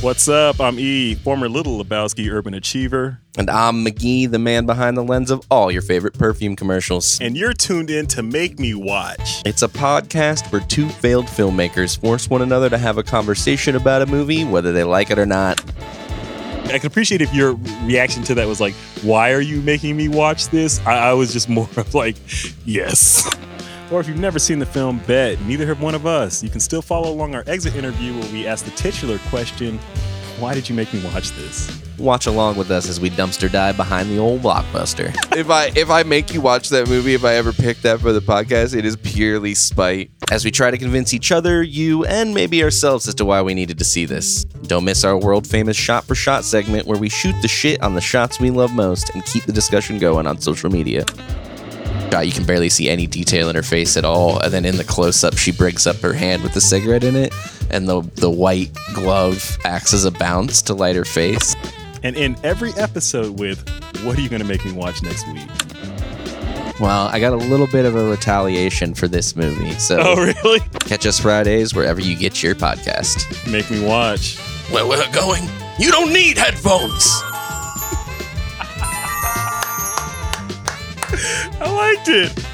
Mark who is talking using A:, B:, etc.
A: What's up? I'm E, former Little Lebowski urban achiever,
B: And I'm McGee, the man behind the lens of all your favorite perfume commercials.
A: and you're tuned in to Make Me Watch.
B: It's a podcast where two failed filmmakers force one another to have a conversation about a movie, whether they like it or not.
A: I could appreciate if your reaction to that was like, "Why are you making me watch this?" I, I was just more of like, "Yes." Or if you've never seen the film, bet neither have one of us. You can still follow along our exit interview where we ask the titular question, "Why did you make me watch this?"
B: Watch along with us as we dumpster dive behind the old blockbuster.
C: if I if I make you watch that movie, if I ever pick that for the podcast, it is purely spite.
B: As we try to convince each other, you, and maybe ourselves as to why we needed to see this. Don't miss our world famous shot for shot segment where we shoot the shit on the shots we love most and keep the discussion going on social media. God, you can barely see any detail in her face at all, and then in the close up, she breaks up her hand with the cigarette in it, and the, the white glove acts as a bounce to light her face.
A: And end every episode with, "What are you going to make me watch next week?"
B: Well, I got a little bit of a retaliation for this movie, so
A: Oh, really?
B: catch us Fridays wherever you get your podcast.
A: Make me watch.
B: where we're going, you don't need headphones.
A: I liked it.